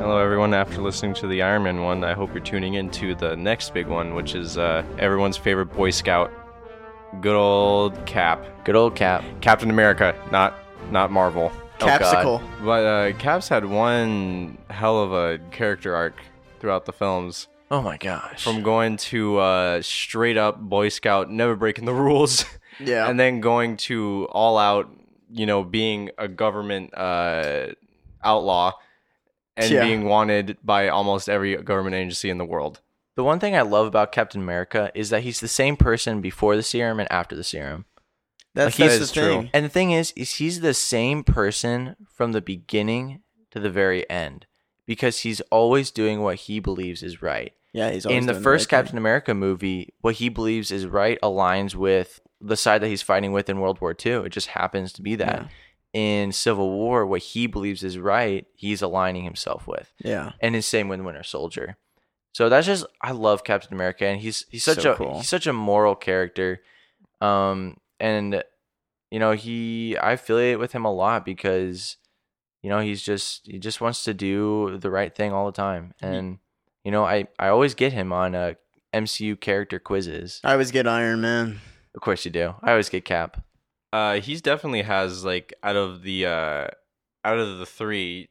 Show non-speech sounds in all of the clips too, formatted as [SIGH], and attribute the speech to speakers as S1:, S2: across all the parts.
S1: everyone, after listening to the Iron Man one, I hope you're tuning in to the next big one, which is uh, everyone's favorite Boy Scout, good old Cap,
S2: Good old Cap.
S1: Captain America, not not Marvel.
S2: Oh,
S3: Capsicle.
S1: But uh, Cap's had one hell of a character arc throughout the films.
S2: Oh my gosh.
S1: From going to uh, straight up Boy Scout, never breaking the [LAUGHS] rules,
S3: yeah.
S1: and then going to all out, you know, being a government uh, outlaw and
S3: Yeah.
S1: being wanted by almost every government agency in the world.
S2: the one thing I love about Captain America is that he's the same person before the serum and after the serum.
S3: that's,
S1: like,
S3: that's
S1: that
S3: the
S1: is true.
S3: thing.
S2: And the thing is, is he's the same person from the beginning to the very end because he's always doing what he believes is right.
S3: Yeah, he's always
S2: In the
S3: doing
S2: first
S3: right
S2: Captain America movie, what he believes is right aligns with the side that he's fighting with in World War II. It just happens to be that. In Civil War, what he believes is right, he's aligning himself with.
S3: thing. Yeah.
S2: and his same with Winter Soldier. So that's just I love Captain America, and he's he's such
S3: So
S2: a
S3: cool.
S2: he's such a moral character, um, and you know he I affiliate with him a lot because you know he's just he just wants to do the right thing all the time, and you know I I always get him on uh, MCU character quizzes.
S3: I always get Iron Man.
S2: Of course you do. I always get Cap.
S1: Uh, he's definitely has like out of the uh, out of the three,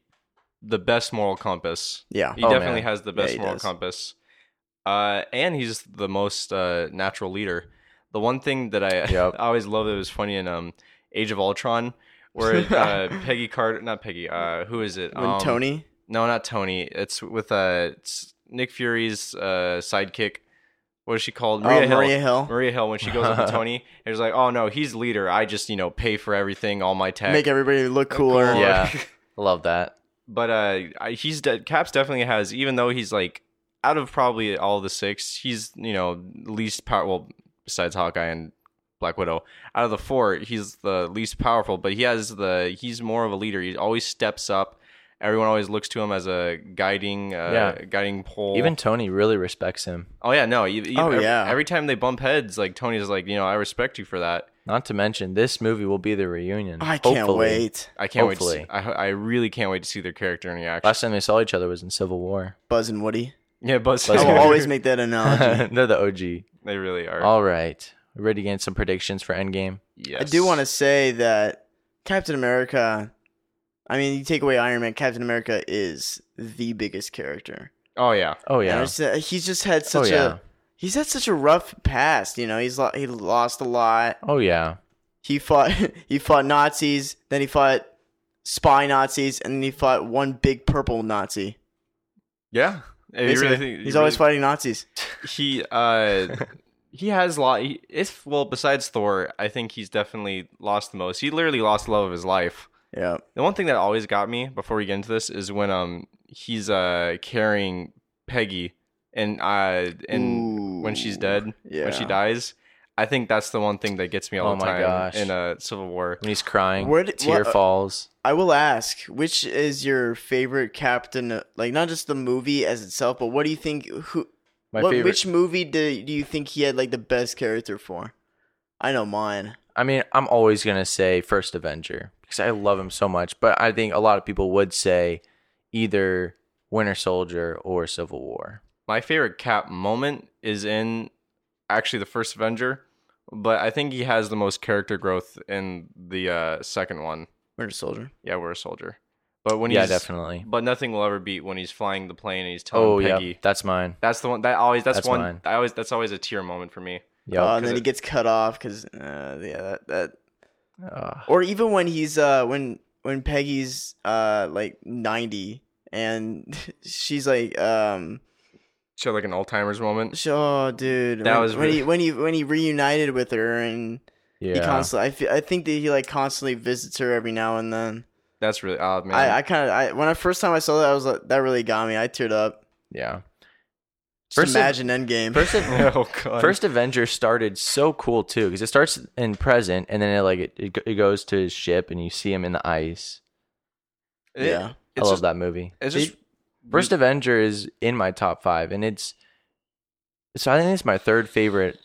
S1: the best moral compass.
S3: Yeah.
S1: He
S2: Oh,
S1: definitely
S2: man.
S1: has the
S3: Yeah,
S1: best
S3: he
S1: moral
S3: does.
S1: compass. Uh, and he's the most uh, natural leader. The one thing that I,
S2: Yep.
S1: [LAUGHS] I always loved that was funny in um, Age of Ultron,
S3: [LAUGHS]
S1: where uh, Peggy Carter, not Peggy, uh, who is it?
S3: When
S1: Um,
S3: Tony.
S1: No, not Tony. It's with uh, it's Nick Fury's uh, sidekick. What is she called?
S3: Oh, Maria Hill.
S1: Maria Hill. When she goes
S3: [LAUGHS]
S1: up to Tony, and was like, "Oh no, he's leader. I just you know pay for everything, all my tech,
S3: Make everybody look cooler.
S1: Cool. [LAUGHS]
S3: [LAUGHS]
S2: Yeah, I love that.
S1: but uh, I- he's de- Caps definitely has. Even though he's like out of probably all the six, he's you know least power. Well, besides Hawkeye and Black Widow, out of the four, he's the least powerful. But he has the he's more of a leader. He always steps up. Everyone always looks to him as a guiding, uh,
S2: Yeah.
S1: guiding pole.
S2: Even Tony really respects him.
S1: oh yeah, no, you, you-
S3: Oh,
S1: every,
S3: yeah.
S1: Every time they bump heads, like Tony's like, you know, I respect you for that.
S2: Not to mention this movie will be the reunion.
S3: I can't
S2: hopefully.
S3: wait.
S1: I can't
S2: Hopefully.
S1: wait. To see, I I really can't wait to see their character in the action.
S2: Last time they saw each other was in Civil War.
S3: Buzz and Woody.
S1: [LAUGHS] yeah, Buzz.
S3: I
S2: Buzz
S1: [LAUGHS]
S3: will always
S2: [LAUGHS]
S3: make that analogy.
S2: They're the OG.
S1: they really are.
S2: All right. We ready to get some predictions for Endgame?
S1: yes.
S3: I do want to say that Captain America. I mean, you take away Iron Man, Captain America is the biggest character.
S1: Oh yeah.
S2: Oh,
S3: And
S2: yeah. Oh,
S3: it's, uh, he's just had such
S2: yeah.
S3: a he's had such a rough past. You know, he's lo- he lost a lot.
S2: Oh, yeah.
S3: He fought [LAUGHS] he fought Nazis, then he fought spy Nazis, and then he fought one big purple Nazi.
S1: Yeah. If you
S3: Basically,
S1: really think,
S3: he's
S1: you
S3: always
S1: really-
S3: fighting Nazis.
S1: He
S3: [LAUGHS]
S1: uh, he has lot. He, if well, besides Thor, I think he's definitely lost the most. He literally lost the love of his life.
S3: Yeah,
S1: The one thing that always got me before we get into this is when um he's uh carrying Peggy and uh and when she's
S3: Ooh,
S1: dead when she
S3: yeah.
S1: dies. I think that's the one thing that gets me all
S2: Oh
S1: the
S2: my
S1: time
S2: gosh.
S1: in uh, Civil War.
S2: When he's crying,
S3: Where did-
S2: tear
S3: what- uh,
S2: falls.
S3: I will ask, which is your favorite Captain? Like not just the movie as itself, but what do you think? Who
S2: My
S3: what,
S2: favorite.
S3: Which movie do, do you think he had like the best character for? I know mine.
S2: I mean, I'm always going to say First Avenger because I love him so much. But I think a lot of people would say either Winter Soldier or Civil War.
S1: my favorite cap moment is in actually the first avenger but i think he has the most character growth in the uh, second one
S3: Winter Soldier.
S1: yeah we're a soldier but when
S2: yeah,
S1: he's
S2: definitely.
S1: but nothing will ever beat when he's flying the plane and he's telling
S2: Oh,
S1: peggy
S2: yeah. That's mine.
S1: that's the one that always that's,
S2: That's
S1: one
S2: mine.
S1: i always that's always a tear moment for me
S2: Yep.
S3: Uh, and then
S1: it-
S3: he gets cut off because uh, yeah, that, that Uh,
S2: Ugh.
S3: or even when he's uh when when Peggy's uh like ninety and [LAUGHS] she's like um
S1: so like an alzheimer's moment
S3: sh- oh dude
S1: That
S3: when,
S1: was
S3: when
S1: really-
S3: he when he when he reunited with her and he
S2: yeah.
S3: constantly I fe- I think that he like constantly visits her every now and then
S1: that's really odd man
S3: I I kind of I when I first time I saw that I was like that really got me I teared up
S2: yeah.
S3: just
S2: First of-
S3: imagine Endgame
S2: First,
S1: [LAUGHS]
S2: Av-
S1: oh god
S2: First Avenger started so cool too because it starts in present and then it like it, it, go- it goes to his ship and you see him in the ice.
S1: It-
S3: yeah
S2: I
S1: it's
S2: love
S1: just,
S2: that movie.
S1: it's just
S2: First Avenger is in my top five and it's so I think it's my third favorite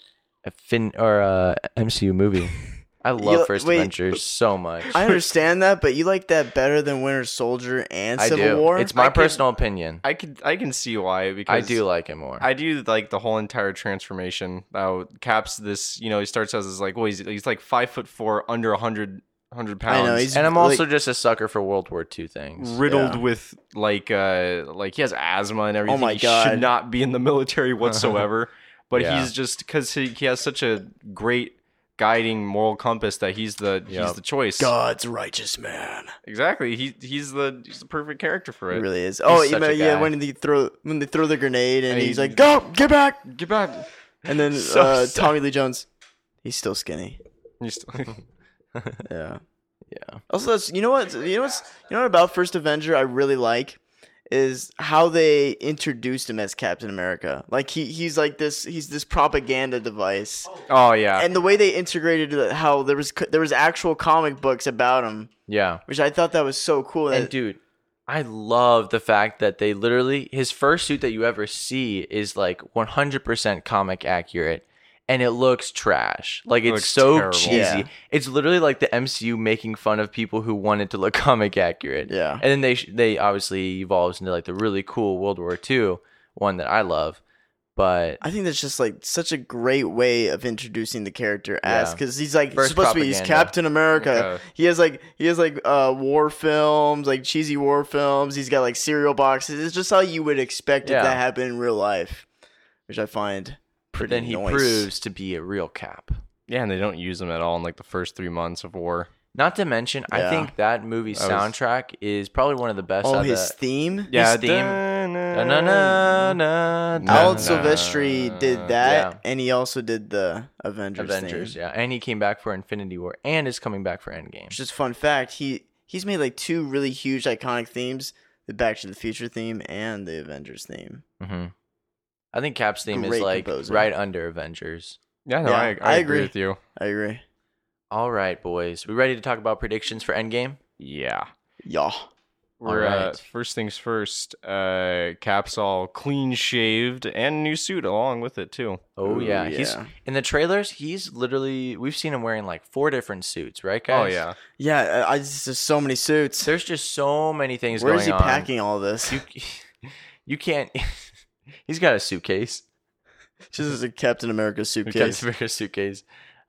S2: fin or uh, MCU movie.
S1: [LAUGHS]
S2: I love
S3: You-
S2: First
S3: wait,
S2: Adventure so much.
S3: [LAUGHS] I understand that, but you like that better than Winter Soldier and
S2: I
S3: Civil
S2: do.
S3: War.
S2: It's my
S1: I could-
S2: personal opinion.
S1: I could I can see why because
S2: I do like it more.
S1: I do like the whole entire transformation. How Caps this, you know, he starts as this like, well, he's, he's like five foot four, under 100, 100
S3: I
S1: pounds.
S3: know, he's-
S2: and I'm
S3: like-
S2: also just a sucker for World War II things.
S1: riddled
S3: yeah.
S1: with like uh like he has asthma and everything.
S3: my
S1: he
S3: God.
S1: should not be in the military whatsoever. but
S2: Yeah.
S1: he's just because he, he has such a great guiding moral compass that he's the he's
S2: Yep.
S1: the choice.
S3: God's righteous man.
S1: Exactly. He he's the he's the perfect character for
S3: It
S1: it.
S3: really is. Oh,
S2: He's such
S3: you
S2: a
S3: know, yeah,
S2: guy.
S3: when they throw when they throw the grenade and,
S1: And
S3: he's
S1: he-
S3: like, "Go, get back!"
S1: Get back.
S3: And then
S1: So
S3: uh,
S1: sad.
S3: Tommy Lee Jones, he's still skinny.
S1: You still- [LAUGHS]
S3: Yeah.
S2: Yeah.
S3: Also, that's you know what you know what's you know what about First Avenger I really like is how they introduced him as Captain America. Like he he's like this he's this propaganda device,
S1: oh yeah.
S3: and the way they integrated it, how there was co- there was actual comic books about him,
S2: Yeah.
S3: which I thought that was so cool.
S2: And dude, I love the fact that they literally his first suit that you ever see is like 100% comic accurate and it looks trash. Like it's
S1: Looks
S2: so
S1: terrible.
S2: cheesy.
S3: Yeah.
S2: It's literally like the MCU making fun of people who wanted to look [LAUGHS] comic accurate.
S3: yeah,
S2: And then they sh- they obviously evolves into like the really cool World War II one that I love. But
S3: I think that's just like such a great way of introducing the character as
S2: Yeah.
S3: because he's like
S2: Birth
S3: supposed to be he's
S2: propaganda.
S3: Captain America.
S1: Yeah.
S3: He has like he has like uh war films, like cheesy war films. He's got like cereal boxes. It's just how you would expect
S2: Yeah.
S3: it to happen in real life, which I find
S2: but
S3: pretty.
S2: then he
S3: nice.
S2: proves to be a real cap.
S1: Yeah, and they don't use him at all in like the first three months of war.
S2: Not to mention, I
S3: Yeah.
S2: think that movie's
S1: That was-
S2: soundtrack is probably one of the best.
S3: oh
S2: out of
S3: his
S2: the-
S3: theme.
S1: Yeah,
S2: theme- Na- na- na-
S1: dun-
S2: na-
S1: na-
S2: na-
S1: Nah.
S3: Alan
S2: na-
S3: Silvestri did that,
S2: Uh, Yeah.
S3: and he also did the Avengers.
S2: Avengers,
S3: theme.
S2: yeah, and he came back for Infinity War and is coming back for Endgame.
S3: Just fun fact, he he's made like two really huge iconic themes: the Back to the Future theme and the Avengers theme.
S1: Mm-hmm.
S2: hmm I think Cap's theme is
S3: Great
S2: like
S3: composer.
S2: right under Avengers.
S1: Yeah, no,
S3: Yeah,
S1: I, I,
S3: I
S1: agree
S3: agree.
S1: with you.
S3: I agree.
S2: All right, boys, we ready to talk about predictions for Endgame?
S1: Yeah.
S3: Yeah.
S1: We're uh,
S2: Alright.
S1: first things first. Uh, Cap's all clean shaved and new suit along with it too.
S2: Oh
S3: Ooh,
S2: yeah, he's
S3: yeah.
S2: in the trailers. He's literally we've seen him wearing like four different suits, right,
S1: Oh
S2: guys?
S1: yeah,
S3: Yeah, I, I just there's so many suits.
S2: There's just so many things
S3: Where
S2: going
S3: is he
S2: on.
S3: packing all this? [LAUGHS]
S2: You, [LAUGHS] you can't. [LAUGHS] he's got a suitcase.
S3: Just as a
S2: [LAUGHS]
S3: Captain America
S2: Who kept
S3: suitcase.
S2: the bigger suitcase.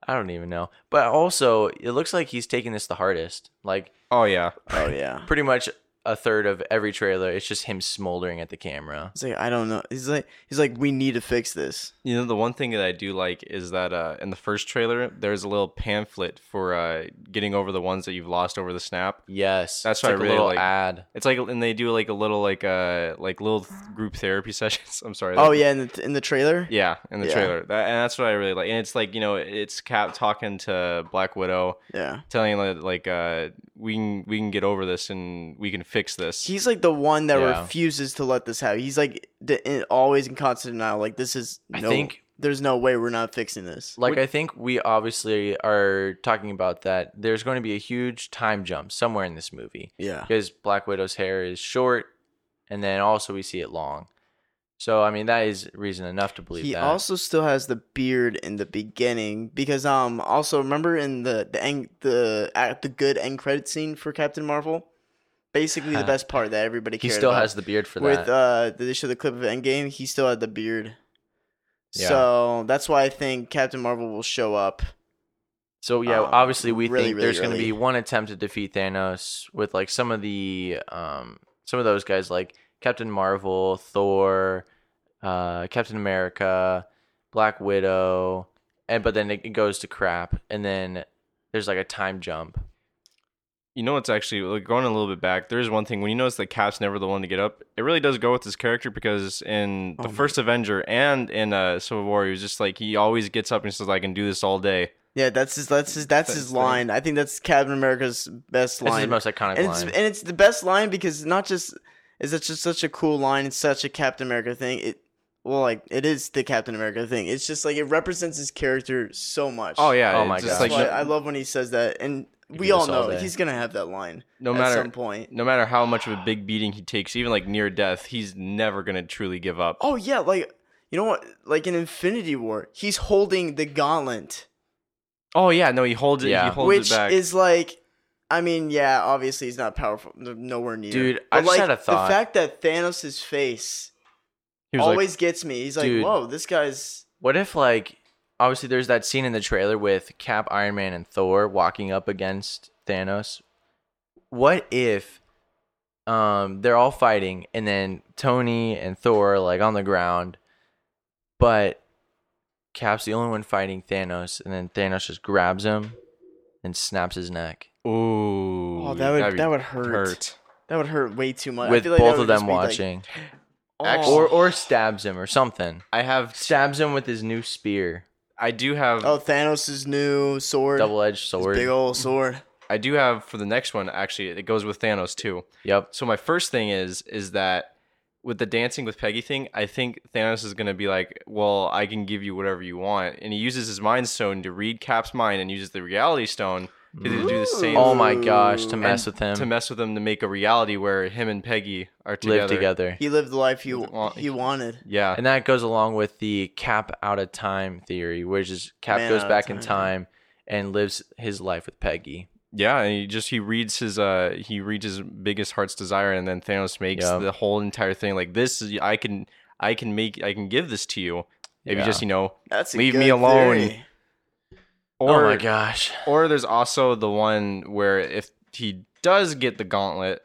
S2: I don't even know. But also, it looks like he's taking this the hardest. Like
S1: oh yeah.
S3: Oh yeah.
S2: pretty much a third of every trailer, it's just him smoldering at the camera.
S3: He's like, I don't know. He's like, he's like, we need to fix this.
S1: You know the one thing that I do like is that uh, in the first trailer there's a little pamphlet for uh, getting over the ones that you've lost over the snap.
S2: Yes,
S1: That's
S2: it's
S1: what I
S2: like
S1: really
S2: a little
S1: like.
S2: ad.
S1: It's like and they do like a little like uh like little th- group therapy [LAUGHS] sessions. I'm sorry.
S3: Oh
S1: like-
S3: yeah, in the in the trailer.
S1: Yeah, in the
S3: Yeah.
S1: trailer, that, and that's what I really like. And it's like you know, it's Cap talking to Black Widow,
S3: Yeah.
S1: telling her, like uh, we can we can get over this and we can fix this.
S3: He's like the one that
S2: Yeah.
S3: refuses to let this happen. He's like the, in, always in constant denial. Like this is
S2: I
S3: no.
S2: think-
S3: there's no way we're not fixing this.
S2: Like I think we obviously are talking about that. There's going to be a huge time jump somewhere in this movie
S3: Yeah.
S2: because Black Widow's hair is short, and then also we see it long. So I mean, that is reason enough to believe
S3: He
S2: that.
S3: also still has the beard in the beginning because um also remember in the the end the at the good end credit scene for Captain Marvel, basically the best part that everybody
S2: he
S3: cared
S2: still
S3: about.
S2: has the beard for
S3: with
S2: that.
S3: uh they show the clip of Endgame, he still had the beard.
S2: Yeah.
S3: So that's why I think Captain Marvel will show up.
S2: So yeah,
S3: Um,
S2: obviously we
S3: really,
S2: think
S3: really
S2: there's going to
S3: early.
S2: be one attempt to defeat Thanos with like some of the um some of those guys like Captain Marvel, Thor, uh, Captain America, Black Widow, and but then it it goes to crap, and then there's like a time jump.
S1: you know, it's actually like, going a little bit back. There is one thing when you notice that Cap's never the one to get up. It really does go with his character because in
S3: Oh
S1: the
S3: my-
S1: first Avenger and in uh, Civil War, he was just like he always gets up and says, "I can do this all day."
S3: Yeah, that's his that's his that's his
S1: That's the-
S3: line. I think that's Captain America's best
S2: That's his
S3: line.
S2: most iconic
S3: and it's
S2: line.
S3: and it's the best line because not just is it's just such a cool line, it's such a Captain America thing. It well like it is the Captain America thing. It's just like it represents his character so much.
S1: Oh yeah,
S2: Oh
S1: it's
S2: my
S1: just
S2: gosh.
S1: like
S3: That's why
S1: no,
S3: I love when he says that and
S2: do
S3: we all
S2: this all
S3: know
S2: day.
S3: he's gonna have that line
S1: no
S3: at some
S1: matter
S3: point.
S1: no matter how much of a big beating he takes, even like near death, he's never gonna truly give up.
S3: Oh yeah, like you know what? Like in Infinity War, he's holding the gauntlet.
S1: Oh yeah, no, he holds it.
S2: Yeah.
S1: He holds
S3: which
S1: it back.
S3: is like, I mean, yeah, obviously he's not powerful, n- nowhere near.
S2: Dude,
S3: But,
S2: I just
S3: like,
S2: had a thought.
S3: The fact that Thanos' face
S1: he was
S3: always gets me. He's like,
S2: Dude.
S3: whoa, this guy's.
S2: What if like obviously there's that scene in the trailer with Cap, Iron Man, and Thor walking up against Thanos. What if um they're all fighting and then Tony and Thor are like on the ground, but Cap's the only one fighting Thanos, and then Thanos just grabs him and snaps his neck
S1: like, ooh,
S3: Oh, that would
S1: that'd be
S3: that would hurt. That would hurt way too much. I
S2: with
S3: feel like that
S2: both
S3: would
S2: of
S3: just
S2: them
S3: be, like,
S2: watching,
S3: oh.
S1: Actually-
S2: or or stabs him or something.
S1: I have,
S2: Stabs him with his new spear,
S1: I do have,
S3: oh, Thanos' new sword,
S2: double-edged
S3: His
S2: sword.
S3: big old sword.
S1: I do have for the next one. Actually, it goes with Thanos too.
S2: yep.
S1: So my first thing is is that with the dancing with Peggy thing, I think Thanos is gonna be like, "Well, I can give you whatever you want," and he uses his Mind Stone to read Cap's mind and uses the Reality Stone to do the same
S2: Oh my gosh, to
S3: Ooh.
S2: mess with him.
S1: to mess with him to make a reality where him and Peggy are together.
S2: live together.
S3: He lived the life he
S1: Well,
S3: he wanted.
S1: Yeah,
S2: And that goes along with the cap out of time theory, which is Cap
S3: Man
S2: goes
S3: out of
S2: back in
S3: time.
S2: time and lives his life with Peggy.
S1: yeah. And he just he reads his uh he reads his biggest heart's desire, and then Thanos makes
S2: Yep.
S1: the whole entire thing like this. Is, I can I can make I can give this to you if you
S2: Yeah.
S1: just you know.
S3: That's a
S1: Leave me
S3: good
S1: alone.
S3: theory.
S1: Or
S2: oh my gosh.
S1: Or there's also the one where if he does get the gauntlet,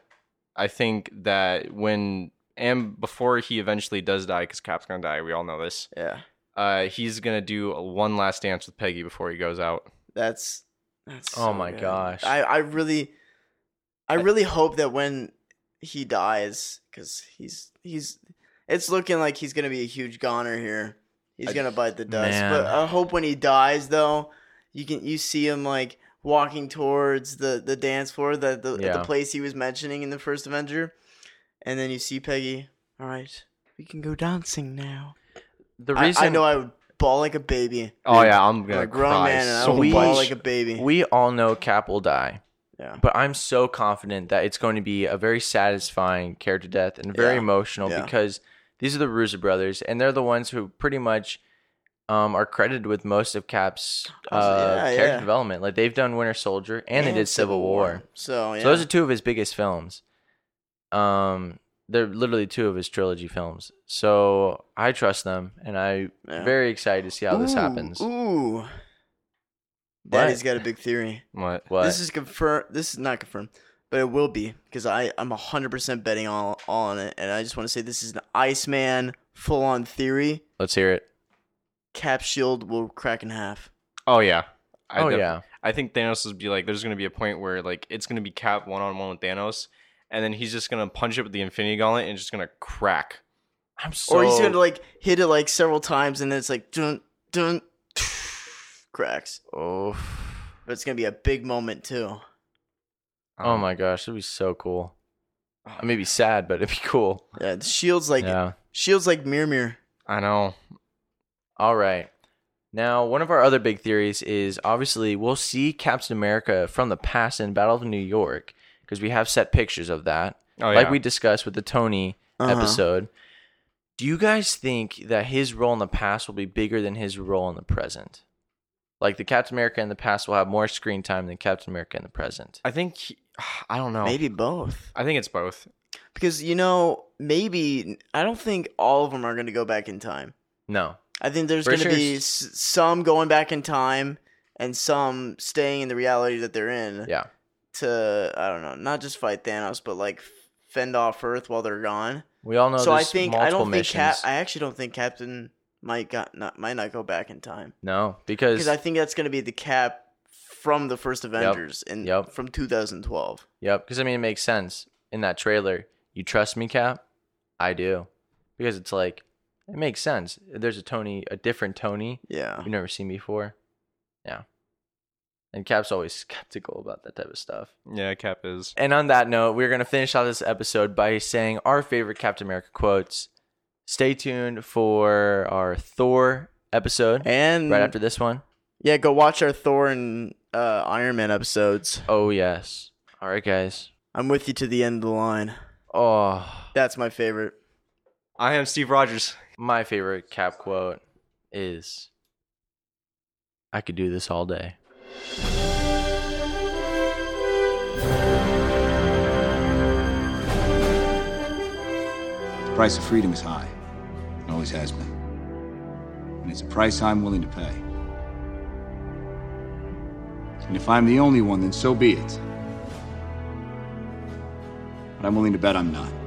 S1: I think that when and before he eventually does die, because Cap's gonna die, we all know this.
S3: Yeah,
S1: Uh, he's gonna do a one last dance with Peggy before he goes out.
S3: that's that's.
S2: Oh
S3: so
S2: my
S3: good.
S2: gosh.
S3: I I really, I really hope that when he dies, because he's he's, it's looking like he's gonna be a huge goner here. He's
S1: I-
S3: gonna bite the dust.
S2: Man.
S3: But I hope when he dies, though, you can you see him like walking towards the the dance floor, the the, the
S2: Yeah.
S3: place he was mentioning in the first Avenger, and then you see Peggy. All right, we can go dancing now.
S2: The
S3: I-
S2: reason
S3: I, know I would ball like a baby.
S1: Oh yeah, I'm
S3: I'm
S1: gonna
S3: a grown
S1: cry
S3: man and I
S1: so
S3: would
S2: we-
S3: ball
S1: much.
S3: like a baby.
S2: we all know Cap will die,
S3: yeah.
S2: but I'm so confident that it's going to be a very satisfying character death and very
S3: Yeah.
S2: emotional
S3: Yeah.
S2: because these are the Russo brothers and they're the ones who pretty much um, are credited with most of Cap's
S3: Oh,
S2: uh,
S3: so- yeah,
S2: character
S3: yeah.
S2: development. Like they've done Winter Soldier and, they did Civil War.
S3: So, Oh, yeah.
S2: So those are two of his biggest films. Um, they're literally two of his trilogy films. So I trust them, and I'm
S3: Yeah.
S2: very excited to see how this
S3: Ooh,
S2: happens.
S3: Ooh. Daddy's
S2: What?
S3: got a big theory.
S1: What?
S2: What?
S3: This is confirmed. This is not confirmed, but it will be because I I'm hundred percent betting all all on it. And I just want to say this is an Iceman full on theory.
S2: Let's hear it.
S3: Cap shield will crack in half.
S1: Oh yeah. I
S2: oh
S1: def-
S2: yeah,
S1: I think Thanos would be like, there's gonna be a point where like it's gonna be Cap one on one with Thanos, and then he's just gonna punch it with the Infinity Gauntlet and it's just gonna crack.
S2: I'm so.
S3: or he's gonna like hit it like several times, and then it's like dun dun [SNIFFS] cracks.
S2: oh,
S3: But it's gonna be a big moment too. Um,
S2: oh
S1: Um,
S2: my gosh, that'd be so cool. I may be sad, but it'd be cool.
S3: Yeah, the shield's oh, like
S2: yeah.
S3: shield's like Mirmir.
S1: I know.
S2: All right. Now, one of our other big theories is obviously we'll see Captain America from the past in Battle of New York because we have set pictures of that,
S1: Oh yeah.
S2: like we discussed with the Tony
S3: Uh-huh.
S2: episode. Do you guys think that his role in the past will be bigger than his role in the present? Like the Captain America in the past will have more screen time than Captain America in the present.
S1: I think he- [SIGHS] I don't know.
S3: Maybe both.
S1: I think it's both.
S3: Because you know, maybe I don't think all of them are going to go back in time.
S2: No.
S3: I think there's
S2: For
S3: going to
S2: sure.
S3: be s- some going back in time and some staying in the reality that they're in
S2: Yeah.
S3: to I don't know, not just fight Thanos, but like f- fend off Earth while they're gone.
S2: We all know
S3: so I
S2: there's
S3: think
S2: multiple
S3: I don't think
S2: missions.
S3: Cap. I actually don't think Captain might got not might not go back in time
S2: no,
S3: because
S2: because
S3: I think that's going to be the Cap from the first Avengers and
S2: Yep.
S3: from 2012.
S2: Yep, because I mean it makes sense in that trailer. You trust me, Cap? I do, because it's like it makes sense. There's a Tony, a different Tony
S3: Yeah.
S2: you've never seen before. Yeah, and Cap's always [LAUGHS] skeptical about that type of stuff.
S1: Yeah, Cap is.
S2: And on that note, we're going to finish out this episode by saying our favorite Captain America quotes. Stay tuned for our Thor episode
S3: And
S2: right after this one.
S3: Yeah, go watch our Thor and uh, Iron Man episodes.
S2: Oh, yes. All right, guys.
S3: I'm with you to the end of the line.
S2: Oh,
S3: That's my favorite.
S1: I am Steve Rogers.
S2: my favorite cap quote is I could do this all day.
S4: The price of freedom is high. It always has been. And it's a price I'm willing to pay. And if I'm the only one, then so be it. But I'm willing to bet I'm not.